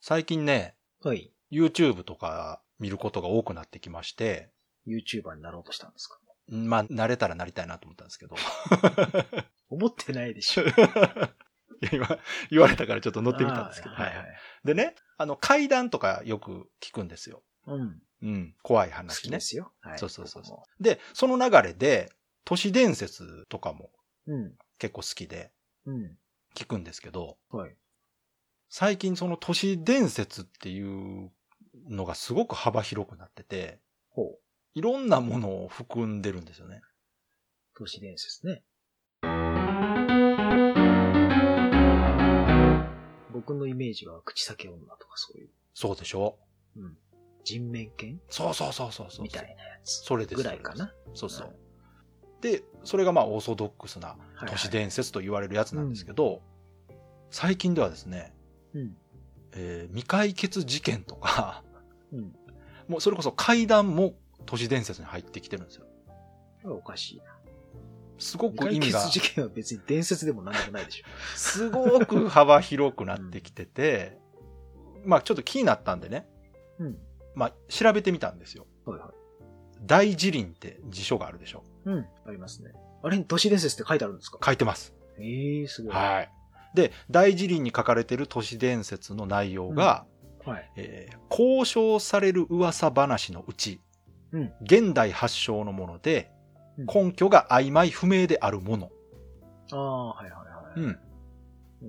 最近ね、はい。 YouTube とか見ることが多くなってきまして、 YouTuber になろうとしたんですかんまあ、慣れたらなりたいなと思ったんですけど。 思ってないでしょ。いや今、言われたからちょっと乗ってみたんですけど。あーはいははいい。でね、あの、怪談とかよく聞くんですよ。うん。うん。怖い好話きねで。すよ。はい。そうそうそうそう僕もで、その流れで、都市伝説とかもうん。結構好きでうん。聞くんですけど、はい。最近その都市伝説っていうのがすごく幅広くなってて、ほう。いろんなものを含んでるんですよね。都市伝説ね。僕のイメージは口裂け女とかそういう、そうでしょうん。人面犬そうそうそうそうそう。みたいなやつ。それです。ぐらいかな。そうそう。で、それがまあオーソドックスなはいはい都市伝説と言われるやつなんですけど、最近ではですね、うん。えー未解決事件とか、 うん。もうそれこそ怪談も都市伝説に入ってきてるんですよ。これはおかしいな。すごく解意味が決、事件は別に伝説でも何でもないでしょ。すごく幅広くなってきてて、まあちょっと気になったんでね、うん。まあ調べてみたんですよ。はいはい。大辞林って辞書があるでしょ。うん。ありますね。あれに都市伝説って書いてあるんですか書いてます。えー、すごい。はい。で、大辞林に書かれてる都市伝説の内容が、はい。えー交渉される噂話のうち、うん現代発祥のもので、うん根拠が曖昧不明であるもの。ああ、はいはいはうい。ん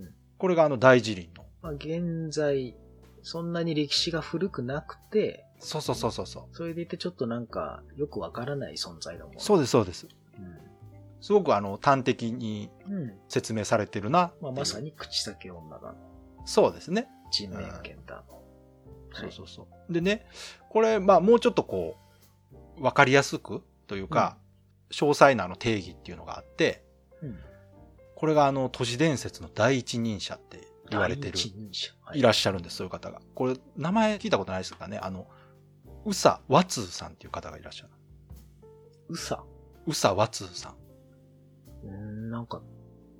うんこれがあの大辞林の。まあ、現在、そんなに歴史が古くなくて、そうそうそうそうそう。それでいてちょっとなんか、よくわからない存在だもん。そうです、そうです。うすごくあの端的にん。うん。説明されてるなっていうまあ、まさに口先女だの、そうですね。人面犬だの。そうう。そうそう。でね、これ、まあもうちょっとこう、わかりやすくというか、詳細なあの定義っていうのがあって、うん。これがあの都市伝説の第一人者って言われてる第。一人者。はいらっしゃるんです、そういう方が。これ、名前聞いたことないですかねあの、宇佐和通さんっていう方がいらっしゃる。うさ。宇佐和通さん。うん、なんか、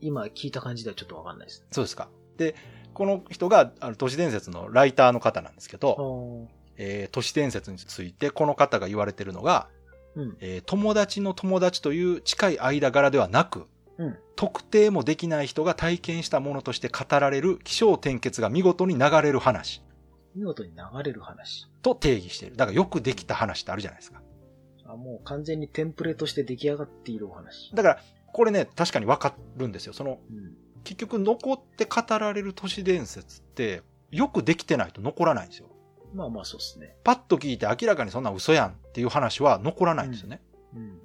今聞いた感じではちょっとわかんないですね。そうですか。で、この人が、あの、都市伝説のライターの方なんですけああ。ど、うん。えー都市伝説について、この方が言われてるのが、えー友達の友達という近い間柄ではなく、うん特定もできない人が体験したものとして語られる気象転結が見事に流れる話見事に流れる話。と定義している。だからよくできた話ってあるじゃないですか。あ、もう完全にテンプレとして出来上がっているお話。だから、これね、確かにわかるんですよ。その、うん。結局残って語られる都市伝説って、よくできてないと残らないんですよ。まあまあ、そうですね。パッと聞いて明らかにそんな嘘やんっていう話は残らないんですよね。うん。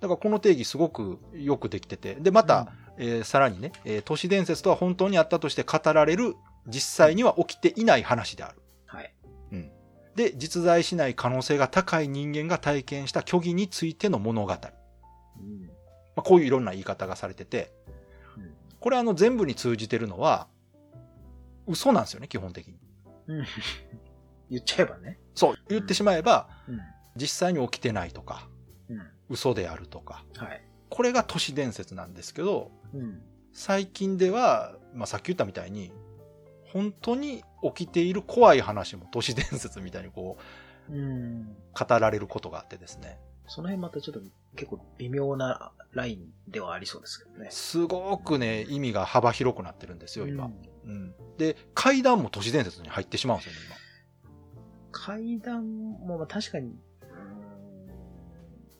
だからこの定義すごくよくできてて。で、また、えーさらにね、えー都市伝説とは本当にあったとして語られる、実際には起きていない話である。はい。で、実在しない可能性が高い人間が体験した虚偽についての物語。まうん。あ、こういういろんな言い方がされてて、うんこれあの全部に通じてるのは、嘘なんですよね、基本的に。うん。言っちゃえばね。そう、言ってしまえば、う実際に起きてないとか、ん。うん。嘘であるとか、はい。これが都市伝説なんですけど、うん。最近では、まあ、さっき言ったみたいに、本当に起きている怖い話も都市伝説みたいにこう、うん。語られることがあってですね、その辺またちょっと結構微妙なラインではありそうですけどね。すごくね、意味が幅広くなってるんですよ、う今。んうん。で、階段も都市伝説に入ってしまうんですよね、今。階段もまあ確かに、うん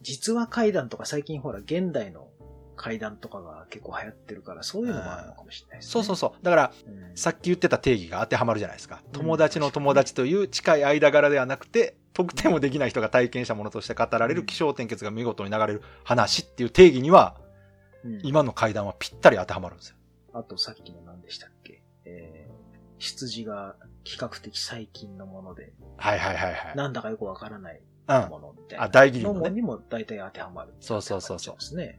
実は階段とか最近ほら現代の階段とかが結構流行ってるからそういうのもあるのかもしれないですね。そうそうそう。だから、うんさっき言ってた定義が当てはまるじゃないですか。ん友達の友達という近い間柄ではなくて、特定もできない人が体験したものとして語られるうん気象転結が見事に流れる話っていう定義には、うん今の階段はぴったり当てはまるんですよ。あとさっきの何でしたっけえー、羊が比較的最近のもので、はいはいはいはい。なんだかよくわからないうん。ものみたいな。あ、大義の理ももね。にも大体当てはまる。そうそうそうそうですね。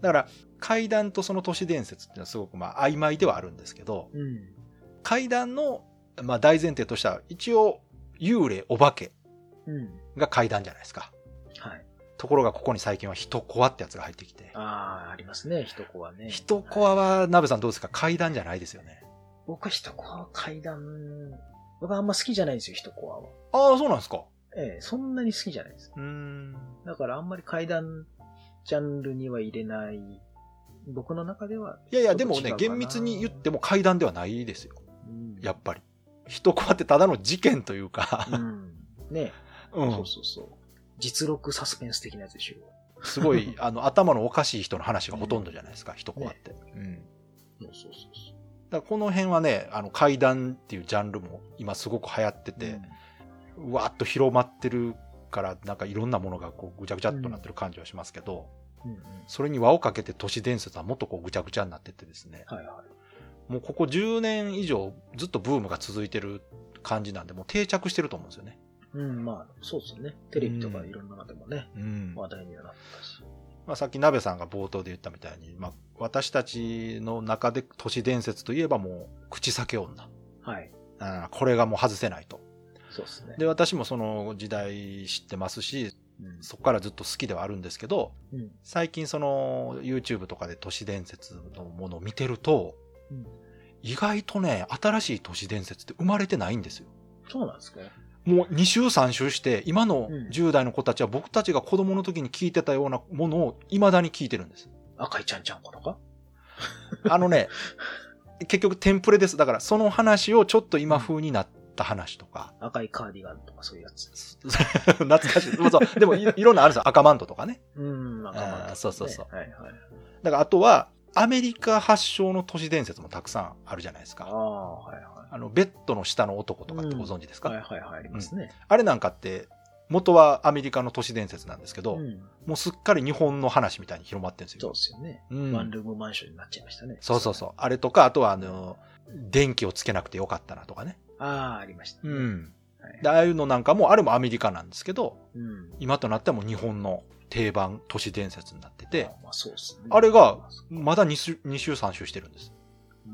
だから、階段とその都市伝説っていうのはすごくまあ曖昧ではあるんですけど、うん。うん。階段のまあ大前提としては、一応、幽霊、お化けうん。が階段じゃないですか。はい。ところがここに最近は人コアってやつが入ってきて。ああ、ありますね、一コアね。人コアは、鍋さんどうですか階段じゃないですよね。僕は一コアは階段僕はあんま好きじゃないんですよ、一コアは。ああ、そうなんですか。ええ、そんなに好きじゃないです。うーん。だからあんまり怪談ジャンルには入れない、僕の中では、いやいや、でもね、ちょっと違うかな厳密に言っても怪談ではないですよ。うんやっぱり。一コアってただの事件というか、うん。ね、うそんう、そうそう。実録サスペンス的なやつでしょ。すごい、あの、頭のおかしい人の話がほとんどじゃない ですか、一コアって。うん。そうそうそうだからこの辺はね、あの、怪談っていうジャンルも今すごく流行ってて、うわーっと広まってるから、なんかいろんなものがこうぐちゃぐちゃっとなってる感じはしますけど、うんうんうんそれに輪をかけて都市伝説はもっとこうぐちゃぐちゃになってってですね、はいはい。もうここ10年以上ずっとブームが続いてる感じなんで、もう定着してると思うんですよね。うん、まあ、そうですね。テレビとかいろんなのでもね、うん話題にはなったし。まあ、さっき鍋さんが冒頭で言ったみたいに、まあ、私たちの中で都市伝説といえばもう口裂け女。はい。あーこれがもう外せないと。そうですね。で、私もその時代知ってますし、うんそこからずっと好きではあるんですけど、うん最近その YouTube とかで都市伝説のものを見てると、うん意外とね、新しい都市伝説って生まれてないんですよ。そうなんですかもう2週3週して、今のうん10代の子たちは僕たちが子供の時に聞いてたようなものを未だに聞いてるん です。赤いちゃんちゃんことかあのね、結局テンプレです。だからその話をちょっと今風になった話とか、 赤いカーディガンとかそういうやつ。懐かしい。まあそうでもいいろんなあるんですよ。赤マントとかね。うん、なんかまあーねそうそうそうはいはい。だからあとは、アメリカ発祥の都市伝説もたくさんあるじゃないですあか。あ、はいはあの、ベッドの下の男とかってご存知ですい。か、はいはいはい、ありますね。あれなんかって、元はアメリカの都市伝説なんですけうど、ん。もうすっかり日本の話みたいに広まってるんですそうよ。ですよね。うんワンルームマンションになっちゃいましたね。そうそうそう。あれとか、あとはあの、電気をつけなくてよかったなとかね。う。ああ、ありましたね。ん。はいで、ああいうのなんかも、あれもアメリカなんですけど、うん。今となってはもう日本の定番都市伝説になっててあ、ー、まあそうですね。あれがまだ2週、二週3週してるんです。う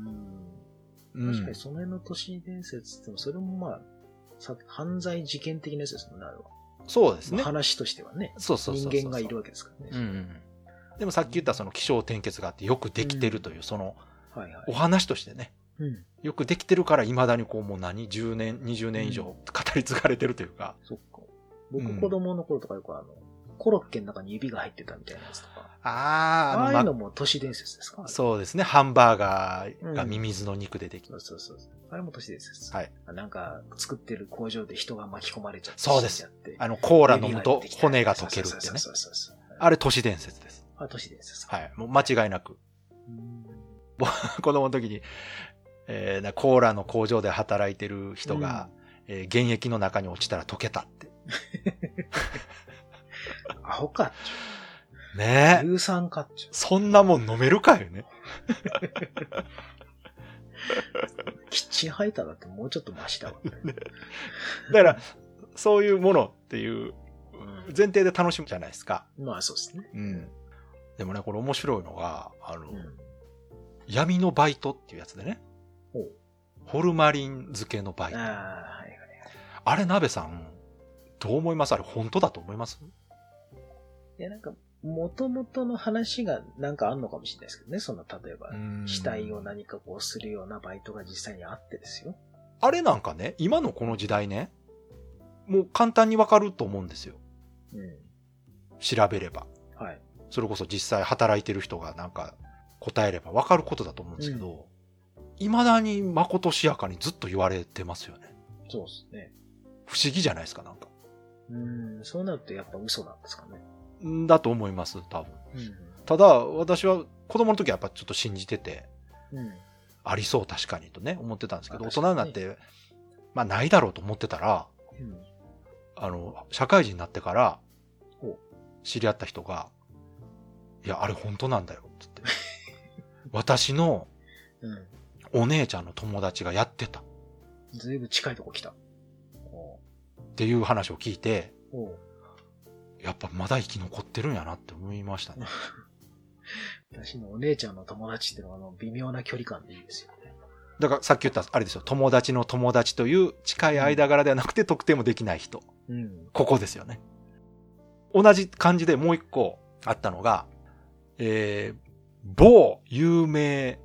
ん。う確かにん。その辺の都市伝説っても、それもまあ、さ犯罪事件的なやつですもんね、あれは。そうですね。話としてはね。そうそうそうそう。人間がいるわけですからうんうね。んうん。でもさっき言ったその気象転結があってよくできてるという、そのはいはおい。話としてね、うん。よくできてるから未だにこうもう何、10年、20年以上うん語り継がれてるというか、そっか。うん僕子供の頃とかよくあの、コロッケの中に指が入ってたみたいなやつとか。ああー、ああのいうまのも都市伝説ですかそうですね、ハンバーガーがミミズの肉でできて、そうそうそう。あれも都市伝説です。はい。なんか、作ってる工場で人が巻き込まれちゃって。そうです死んじゃって。あの、コーコラ飲むと骨が溶けるってね。そうそうそうそう。あれ都市伝説です。あ、都市伝説か。はい。もう間違いなく。 うん子供の時に、えーなコーラの工場で働いてる人が、えー原液の中に落ちたら溶けたって。アホかっちねゅえ。う。硫酸かっちゅそんなもん飲めるかよね。う。キッチンハイターだってもうちょっとマシ だわ。だから、そういうものっていううん前提で楽しむじゃないですか。まあそうですね。うん。でもね、これ面白いのが、あの、うん闇のバイトっていうやつでねほう。ホルマリン漬けのバイト。あああ、はいはい。れ、鍋さん、どう思いますあれ、本当だと思いますいや、なんか、元々の話がなんかあんのかもしれないですけどね。その、例えば、死体を何かこうするようなバイトが実際にあってですよ。あれなんかね、今のこの時代ね、もう簡単にわかると思うんですよ。うん。調べれば。はい。それこそ実際働いてる人がなんか答えればわかることだと思うんですけど、未だにまことしやかにずっと言われてますよね。そうですね。不思議じゃないですか、なんか。うん、そうなるとやっぱ嘘なんですかね。んだと思います、多分。うただ、私は子供の時はやっぱちょっと信じてて、ん。うん。ありそう確かにとね、思ってたんですけど、ま大あ人になって、まあないだろうと思ってたら、うん。あの、社会人になってからほう、知り合った人が、いや、あれ本当なんだよ、つって。 私のうん。お姉ちゃんの友達がやってたっずいぶん近いとこ来た。おうていう話を聞いて、おうやっぱまだ生き残ってるんやなって思いま したね。私のお姉ちゃんの友達っていうのはあの微妙な距離感でいいですよね。だからさっき言った、あれですよ、友達の友達という近い間柄ではなくて特定もできない人。うん。ここですよね。同じ感じでもう一個あったのが、えー、某有名、えー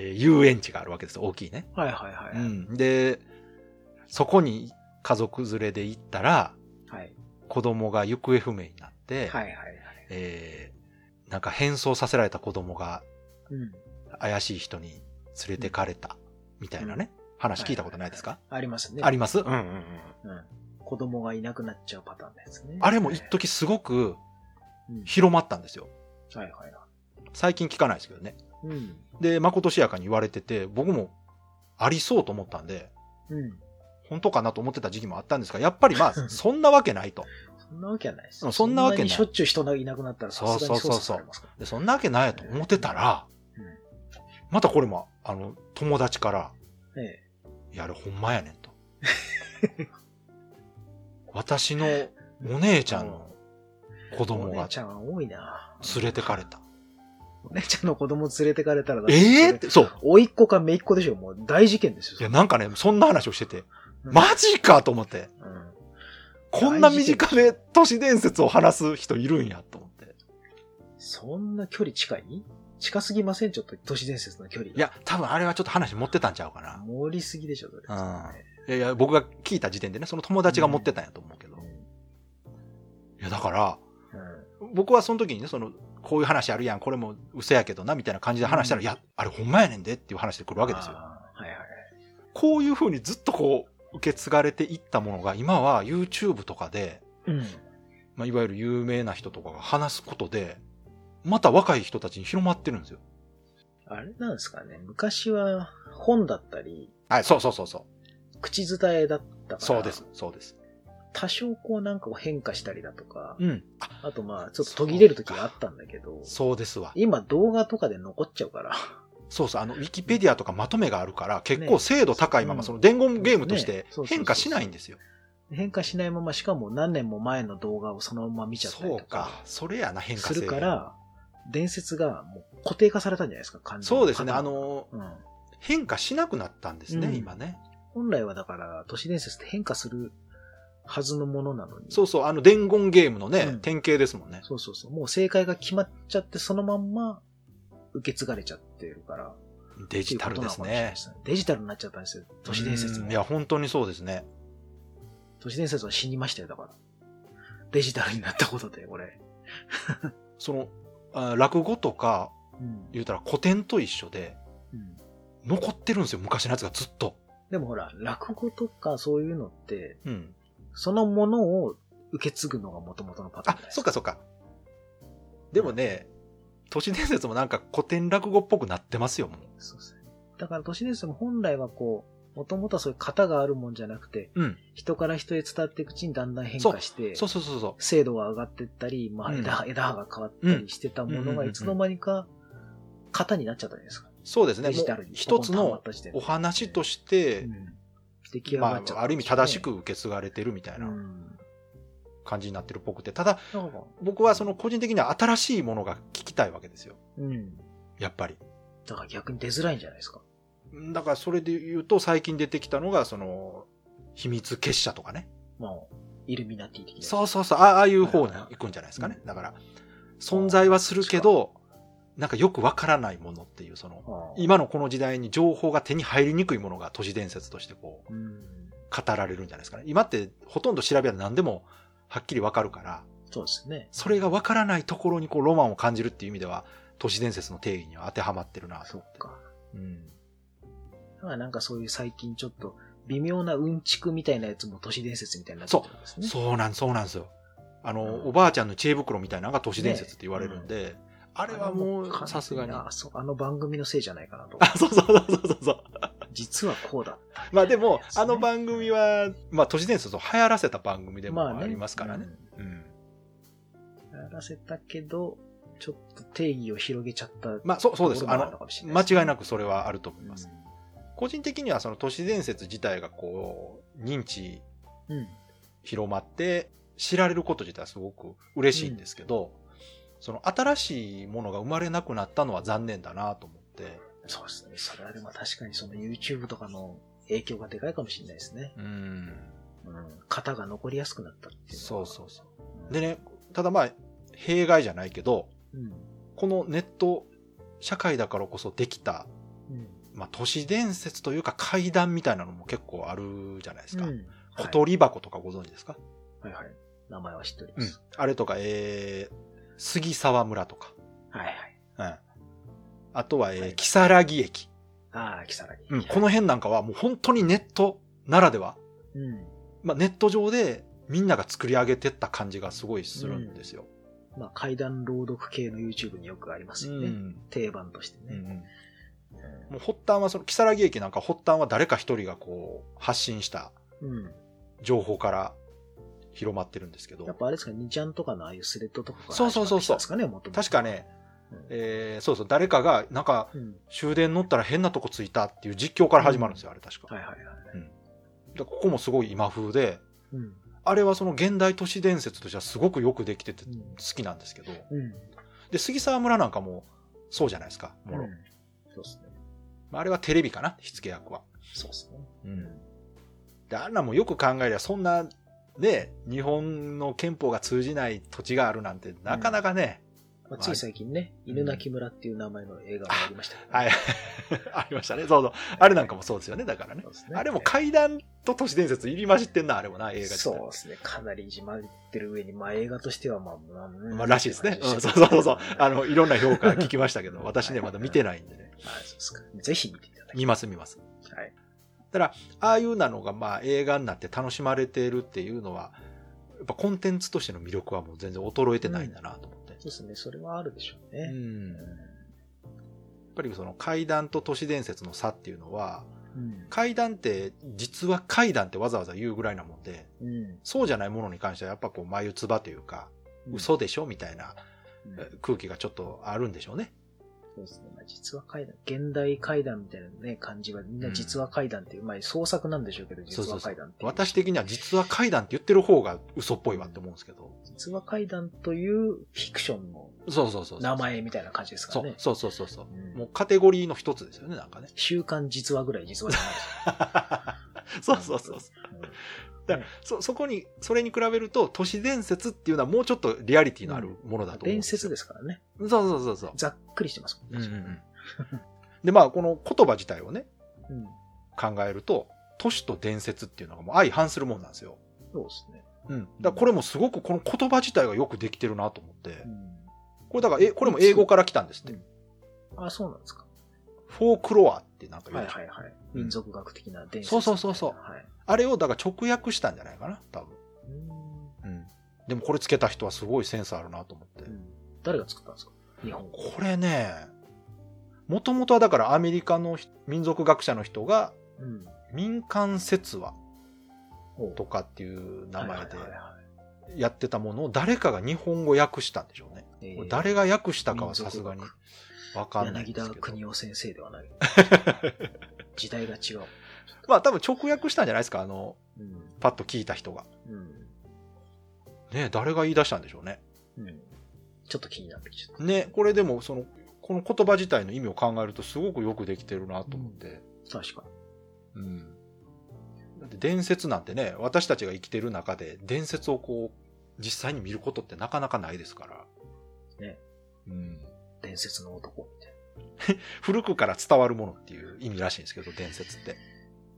遊園地があるわけですよ。大きいね。はいはいはい。うん。で、そこに家族連れで行ったら、はい。子供が行方不明になって、はいはいはい。えーなんか変装させられた子供がうん。怪しい人に連れてかれた、みたいなね、話聞いたことないですか、ありますね。ありますうんうんうん。うん。子供がいなくなっちゃうパターンのやつね。あれも一はい時すごくうん広まったんですよ。はいはいは最近聞かないですけどね。い。うん。で、まことしやかに言われてて、僕もありそうと思ったんで、うん。本当かなと思ってた時期もあったんですが、やっぱり まあ、そんなわけないと。そんなわけはないですう。んそんなわけないにしょっちゅう人がいなくなったらさすがにそうそうそう捜査そうされますから。でそんなわけないと思ってたら、またこれも、あの、友達から、うん。えいや、あれほんまやねんと。 私のお姉ちゃんの子え。供おが姉ちゃんは多いな。連れてかれた。お姉ちゃんの子供連れてかれたらだってええって、そう。甥っ子か姪っ子でしょもう大事件ですよ。いや、なんかね、そんな話をしてて、うんマジかと思って、うんこんな身近で都市伝説を話す人いるんやと思って。そんな距離近い近すぎませんちょっと都市伝説の距離。い、や、多分あれはちょっと話持ってたんちゃうかな。盛りすぎでしょ、それ。いやいや、僕が聞いた時点でね、その友達が持ってたんやと思うけど。ういんや、だから、うん僕はその時にね、その、こういう話あるやん、これも嘘やけどな、みたいな感じで話したら、うんいや、あれほんまやねんでっていう話で来るわけですよ。あーはいはいはい。こういうふうにずっとこう、受け継がれていったものが、今は YouTube とかで、うん。まあ、いわゆる有名な人とかが話すことで、また若い人たちに広まってるんですよ。あれなんですかね。昔は本だったり、はい、そうそうそうそう。口伝えだったから。そうです。、そうです。多少こうなんかを変化したりだとか、うん。あ、あとまあちょっと途切れる時があったんだけど、そうですわ。今動画とかで残っちゃうから。 そうそう、あの、ウィキペディアとかまとめがあるから、結ね構精度高いまま、うんその伝言ゲームとしねてそうそうそう変化しないんですよ。変化しないまま、しかも何年も前の動画をそのまま見ちゃったりそうとか、か、それやな、変化す性るから、伝説がもう固定化されたんじゃないですか、完全にそうですね、あ型がの、うん、変化しなくなったんですね、うん今ね。本来はだから、都市伝説って変化するはずのものなのに。そうそう、あの、伝言ゲームのね、うん典型ですもんね。そうそうそう。もう正解が決まっちゃって、そのまんま受け継がれちゃってるから。デジタルですねって。いうことなのかもしれないです。デジタルになっちゃったんですよ。都市伝説うもんい。や、本当にそうですね。都市伝説は死にましたよ、だから。デジタルになったことで、俺。その、あ落語とか、うん。言うたら古典と一緒で、うん残ってるんですよ、昔のやつがずっと。でもほら、落語とかそういうのって、うん。そのものを受け継ぐのが元々のパタあーンじゃない、ですそっかそっか。でもね、都市伝説もなんか古典落語っぽくなってますよ、もう。そうですね。だから都市伝説も本来はこう、もともとはそういう型があるもんじゃなくて、うん人から人へ伝わっていくうちにだんだん変化して、そうそうそうそ精度が上がっていったり、まあうん枝,、枝葉が変わったりしてたもうんうんのうんうがんうんいつの間にか型になっちゃったじゃないですう。。かそうですね、デもジタうルに。一つポンポンとはまのった時点でお話として、うん出来上がまっちゃった、あ、ある意味正しく受け継がれてるみたいうん。な感じになってるっぽくて、ただなんか僕はその個人的には新しいものが聞きたいわけですよ。うん。やっぱり。だから逆に出づらいんじゃないですか。だからそれで言うと最近出てきたのが、その、秘密結社とかね。もう、イルミナティ的な。そうそうそう、あああいう方に行くんじゃないですかねう。だから、存在はするけど、なんかよくわからないものっていう、その、はあ今のこの時代に情報が手に入りにくいものが都市伝説としてこう、うん。語られるんじゃないですかね。今ってほとんど調べは何でもはっきりわかるから、そうですね。それがわからないところにこうロマンを感じるっていう意味では、都市伝説の定義には当てはまってるなと。そっか。うん。だからなんかそういう最近ちょっと微妙なうんちくみたいなやつも都市伝説みたいになっちゃってるんですね。そうなん、そうなんですよ。あの、うんおばあちゃんの知恵袋みたいなのが都市伝説って言われるんで、ああれはもうさすがに。ああ、そうあの番組のせいじゃないか なと。そうそうそうそうそうそう。実はこうだ。まあで も、そうあですねの番組は、まあ都市伝説を流行らせた番組でもねありますからね。。うん。うんやらせたけど、ちょっと定義を広げちゃった。まあそうそうですところもあるのかもしれないですね間違いなくそれはあると思います。う個人的にはその都市伝説自体がこう、認知んうん。広まって知られること自体はすごく嬉しいんですけど、その新しいものが生まれなくなったのは残念だなと思って、そうですね。それはでも確かにその YouTube とかの影響がでかいかもしれないですね。うん、うん。型が残りやすくなったっていうのそは。うそうそう。うでね、ただまあ、弊害じゃないけど、うん。このネット社会だからこそできたうん。まあ、都市伝説というか怪談みたいなのも結構あるじゃないですか。うん小鳥箱とかご存知ですか、はいはいはい。名前は知っておりうまんす。。あれとか、えー、杉沢村とか。はいはい。うん。あとは、えはー、い木更木駅。ああ、木更木。うん。この辺なんかはもう本当にネットならでは。うん。まあ、ネット上でみんなが作り上げてった感じがすごいするんですよ。まあ、怪談朗読系の YouTube によくありますよね。定番としてうんうね。んもう発端はその、木更木駅なんか発端は誰か一人がこう、発信したうん。情報から広まってるんですけどやっ、ぱあれですか、2ちゃんとかのああいうスレッドとかからそうそうそうそう始まってきたんですかね、もともと確かね、うんえーそうそう、誰かが、なんか、うん。終電乗ったら変なとこ着いたっていう実況から始まるんですよ、あれ確か。はいはいはい。でここもすごい今風で、うん。あれはその現代都市伝説としてはすごくよくできててう好んきなんですけど、うん。で、杉沢村なんかもそうじゃないですか、もろ。うんそうですね。まああれはテレビかな、火付け役は。そうですね。で、あんなもんよく考えりゃ、そんな、で、日本の憲法が通じない土地があるなんて、なかなかね、まあ、つい最近ね、うん犬鳴村っていう名前の映画がありましたけどねはい、 ありましたね。そうそう。あれなんかもそうですよね、だからねそ。うですねあれも怪談と都市伝説入り混じってんな、あれもな、映画自そう体ですね。かなりいじまってる上に、まあ映画としてはまあ、まあ、うんまあ、らしいですね。ってう感ん、じそでうしたそうそうそう。あの、いろんな評価聞きましたけど、うん私ね、まだ見てないんでね。はい、そうですか。ぜひ見ていただき見ます、見ます。たい。はい。ああいうなのが、まあ、映画になって楽しまれてるっていうのは、やっぱコンテンツとしての魅力はもう全然衰えてないんだなと思って。そうですね。それはあるでしょううね。んやっぱりその怪談と都市伝説の差っていうのはうん。怪談って実は怪談ってわざわざ言うぐらいなもんでうん。そうじゃないものに関してはやっぱこう眉唾というかうん嘘でしょみたいなうんえ空気がちょっとあるんでしょうね。そうですね。まあ、実話怪談、現代怪談みたいなね、感じは、みんな実話怪談っていう、まあ創作なんでしょうけど、そう実そうそ話う怪談っていう。私的には実は怪談って言ってる方が嘘っぽいわって思うんですけど。実話怪談というフィクションのそうそうそうそう。名前みたいな感じですかそらうね。そうそうそうそう。うん。もうカテゴリーの一つですよね、なんかね週刊実話ぐらい実話じゃないですか。 そうそうそうそう。うんだからそ、そこに、それに比べると、都市伝説っていうのはもうちょっとリアリティのあるものだと思うん伝ですよ。説ですからね。そうそうそうそう。ざっくりしてますもん ね。で、まあ、この言葉自体をね、うん考えると、都市と伝説っていうのがもう相反するもんなんですよ。そうですね。うん。だからこれもすごくこの言葉自体がよくできてるなと思ってう。んこれだから、え、これも英語から来たんですって。あ、そうなんですか。フォークロアってなんか言はういでしょはいはい。うん民族学的な伝説そうみたそういな。そうそうはい。あれをだから直訳したんじゃないかな、多分。うん。でもこれつけた人はすごいセンスあるなと思ってう。ん誰が作ったんですか日本語。これね、もともとはだからアメリカの人民族学者の人がうん。民間説話おとかっていう名前ではいはいはいやってたものを誰かが日本語訳したんでしょうね。えこれー誰が訳したかはさすがに民わかんない柳んで田すけど。国夫先生で はない。時代が違う。まあ多分直訳したんじゃないですか、あの、うん。パッと聞いた人が。うん。ね誰が言い出したんでしょうね。うん。ちょっと気になってきちゃっねこれでもその、この言葉自体の意味を考えるとすごくよくできてるなと思って。た。確かに。うん。だって伝説なんてね、私たちが生きてる中で伝説をこう、実際に見ることってなかなかないですから。ねうん。伝説の男みたい古くから伝わるものっていう意味らしいんですけど、伝説って。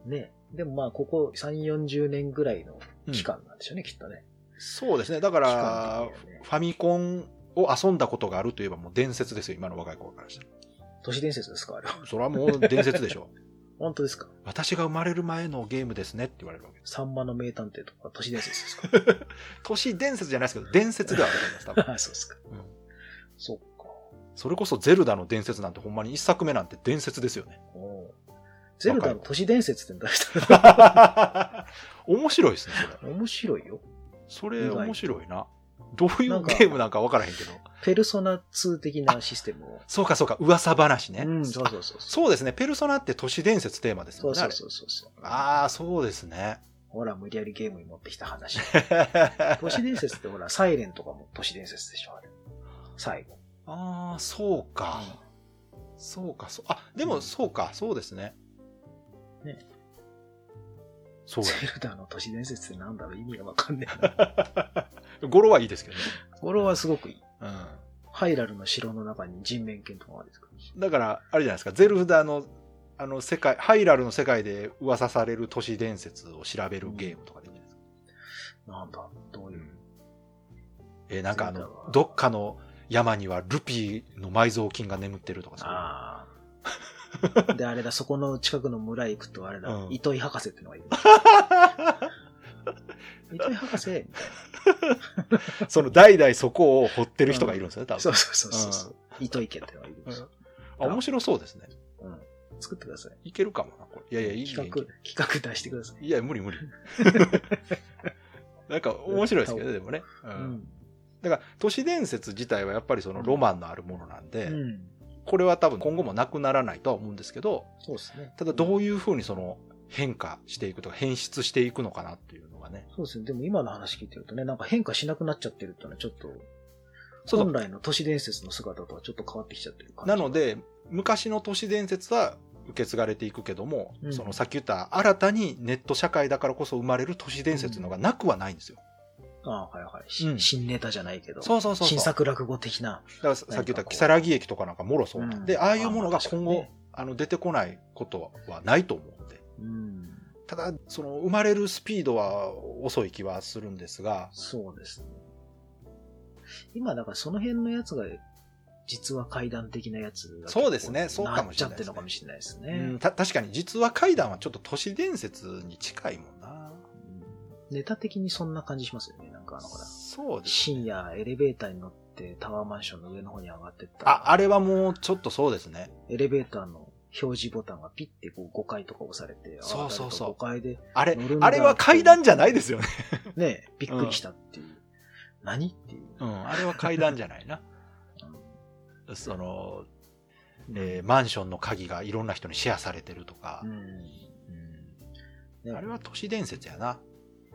な。ね。でもまあ、ここ3、40年ぐらいのうん期間なんでしょうね、きっとね。そうですね。だか期間ら的、にはねファミコンを遊んだことがあるといえばもう伝説ですよ、今の若い子からしたら。都市伝説ですかあれは。それはもう伝説でしょ。 本当ですか私が生まれる前のゲームですねって言われるわけです。サンマの名探偵とか都市伝説ですか 都市伝説じゃないですけど、伝説ではあると思います、多分。あそうですか。うんそっか。それこそゼルダの伝説なんてほんまに一作目なんて伝説ですよね。 おうゼルダの都市伝説って出した面白いですね、それ。 面白いよ。それ面白いな。どういうゲームなんかわからへんけど。ペルソナ2的なシステムを。そうかそうか、噂話ね。うん、そうあそうそう。そうですね、ペルソナって都市伝説テーマですそようね。そうそうそうそう。あれあー、そうですね。 ほら、無理やりゲームに持ってきた話。 都市伝説ってほら、サイレンとかも都市伝説でしょ、あれ。最後。ああ、そうか。そうか、そう。あ、でもそうか、そうですね。ね。そうゼルダの都市伝説ってなんだろう意味がわかんねえな。や。 語呂はいいですけどね。これはすごくいい。うハイラルの城の中に人面犬とかあるんですかん。だから、あれじゃないですか、ゼルダの、あの世界、ハイラルの世界で噂される都市伝説を調べるゲームとかできるんですか、なんだ、どういう。えーなんかあそうだわの、どっかの山にはルピーの埋蔵金が眠ってるとかさ。ああ。で、あれだ、そこの近くの村行くと、あれだ、うん糸井博士ってのがいる。糸井博士みたい その代々そこを掘ってる人がいるんですよね、 多な。分。そうそうそうそうそう。糸井家ってのがいるんですよ。あ面白そうですね。うん。作ってください。いけるかもな、これ。いやいや、いい企元画気。、企画出してください。いや、無理 無理。なんか面白いですけどね、でもね。うんうん。だから、都市伝説自体はやっぱりそのロマンのあるものなんで、うん。これは多分今後もなくならないとは思うんですけど、そうですね。ただどういうふうにその変化していくとか変質していくのかなっていうのがね。そうですね。でも今の話聞いてるとね、なんか変化しなくなっちゃってるってのはちょっと、そうそう本来の都市伝説の姿とはちょっと変わってきちゃってる感じ。なの、で、昔の都市伝説は受け継がれていくけども、うんそのさっき言った新たにネット社会だからこそ生まれる都市伝説のがなくはないんですよ。ああはいはい、しうん新ネタじゃないけど、そうそうそうそう。新作落語的な。だからささっき言った木更木駅とかなんかもろそうなんで、うんああいうものが今まあ後、確かあの出てこないことはないと思うんで。うん。ただ、その生まれるスピードは遅い気はするんですが、そうですね。今、だからその辺のやつが、実は怪談的なやつがそうですねそうかもしれなっちゃないっでてすねるのかもしれないですね。うん、た確かに実は怪談はちょっと都市伝説に近いもんな。うんネタ的にそんな感じしますよね。なんかあの、ほら、そうです。深夜エレベーターに乗ってタワーマンションの上の方に上がってったらあ、あれはもうちょっとそうですね。エレベーターの表示ボタンがピッてこう5回とか押されて、そうそうそう5回で、あれ乗るん、だあれは怪談じゃないですよね。ね、びっくりしたっていう。何っていう。 うん、あれは階段じゃないな。 その、えーマンションの鍵がいろんな人にシェアされてるとかう、んうんあれは都市伝説やな。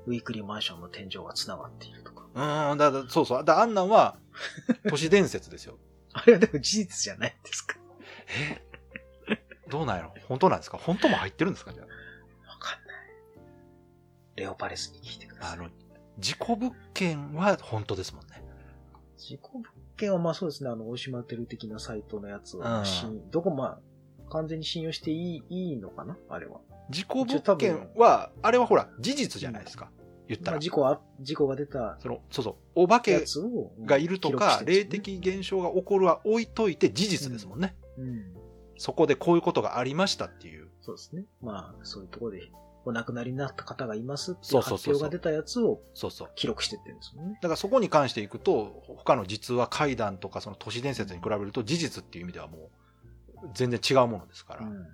ウィークリーマンションの天井が繋がっているとか。 うん、だ、だそうそう。だ、あんなんは、都市伝説ですよ。あれはでも事実じゃないですか。えどうなんやろ本当なんですか本当も入ってるんですかじゃわかんない。レオパレスに聞いてくだあ。さあい。の、事故物件は本当ですもんね。事故物件はまあそうですね、あの、大島テル的なサイトのやつうをん信、どこまあ、完全に信用していい、いいのかなあれは。事故物件は、あれはほら、事実じゃないですか。言ったまあら。事故は、事故が出たその、そうそう。お化やけつを。がいるとか、記録してる霊んですよね的現象が起こるは置いといて事実ですもんね。うん。そこでこういうことがありましたっていう。そうですね。まあ、そういうところでお亡くなりになった方がいますっていそううそう発そうそう表が出たやつをそうそう。記録してってるんですもんね。だからそこに関していくと、他の実話怪談とかその都市伝説に比べると事実っていう意味ではもう全然違うものですから、うん。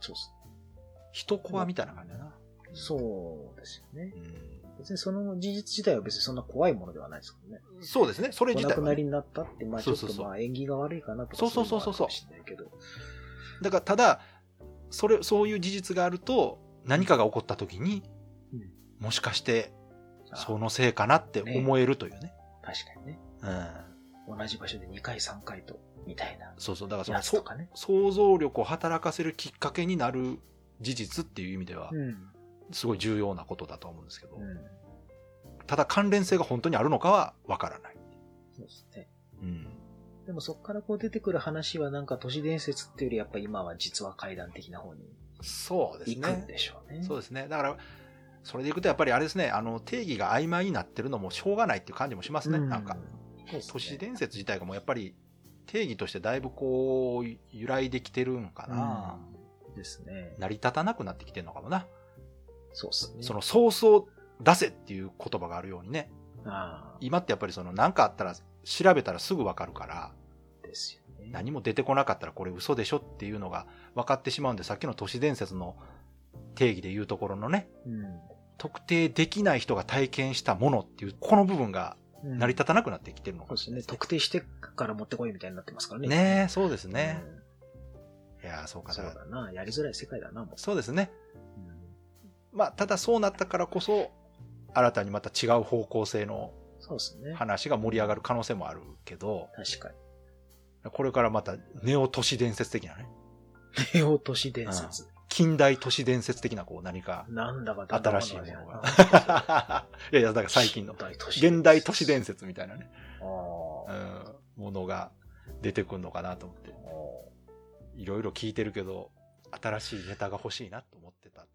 そうっす。一コアみたいな感じだな。そうですよねう。ん別にその事実自体は別にそんな怖いものではないですからね。そうですね。それお自亡体くはなりね、になったって、まあちそうょっそうとそうまあ縁起が悪いかなとかそうそうそうそういのもあるかもしれないけど。だからただ、それ、そういう事実があると何かが起こった時に、うんもしかしてあそのせいかなって思えるというね。確かにね。うん。同じ場所で2回3回と、みたいなそうそう。だからそやの、つそとかね。想像力を働かせるきっかけになる事実っていう意味ではう、ん。すごい重要なことだと思うんですけど、うん。ただ関連性が本当にあるのかはわからない。そうですね。うん。でもそこからこう出てくる話はなんか都市伝説っていうよりやっぱ今は実は怪談的な方にそうです行くんね。でしょうね。そうですね。だから、それでいくとやっぱりあれですね、あの、定義が曖昧になってるのもしょうがないっていう感じもしますね。うなんか、。そうっすね都市伝説自体がもうやっぱり定義としてだいぶこう、由来できてるんかな。うんですね。成り立たなくなってきてるのかもな。そうっすね。そのソースを出せっていう言葉があるようにね、ああ、今ってやっぱりその何かあったら調べたらすぐわかるから、ですよね。何も出てこなかったらこれ嘘でしょっていうのが分かってしまうんで、さっきの都市伝説の定義で言うところのね、特定できない人が体験したものっていう、この部分がうん。成り立たたなくなってきてるのかそうもしれないでですね。すね。特定してから持ってこいみたいになってますからね。ねえ、そうですうん。ね。いやー、そうかそなう。だな。やりづらい世界だな、もそうですね。う。まあ、ただそうなったからこそ、新たにまた違う方向性のそうですね。話が盛り上がる可能性もあるけど、確か に。これからまたネオ都市伝説的なね、ネオ都市伝説。近代都市伝説的なこう何 か、なんだかだんだか新ねしいものがいうん。やいや、だから最近の。近代都市伝現代都市伝説説みたいなね、あうあん、ものが出てくるのかなと思って。いろいろ聞いてるけど、新しいネタが欲しいなと思ってたと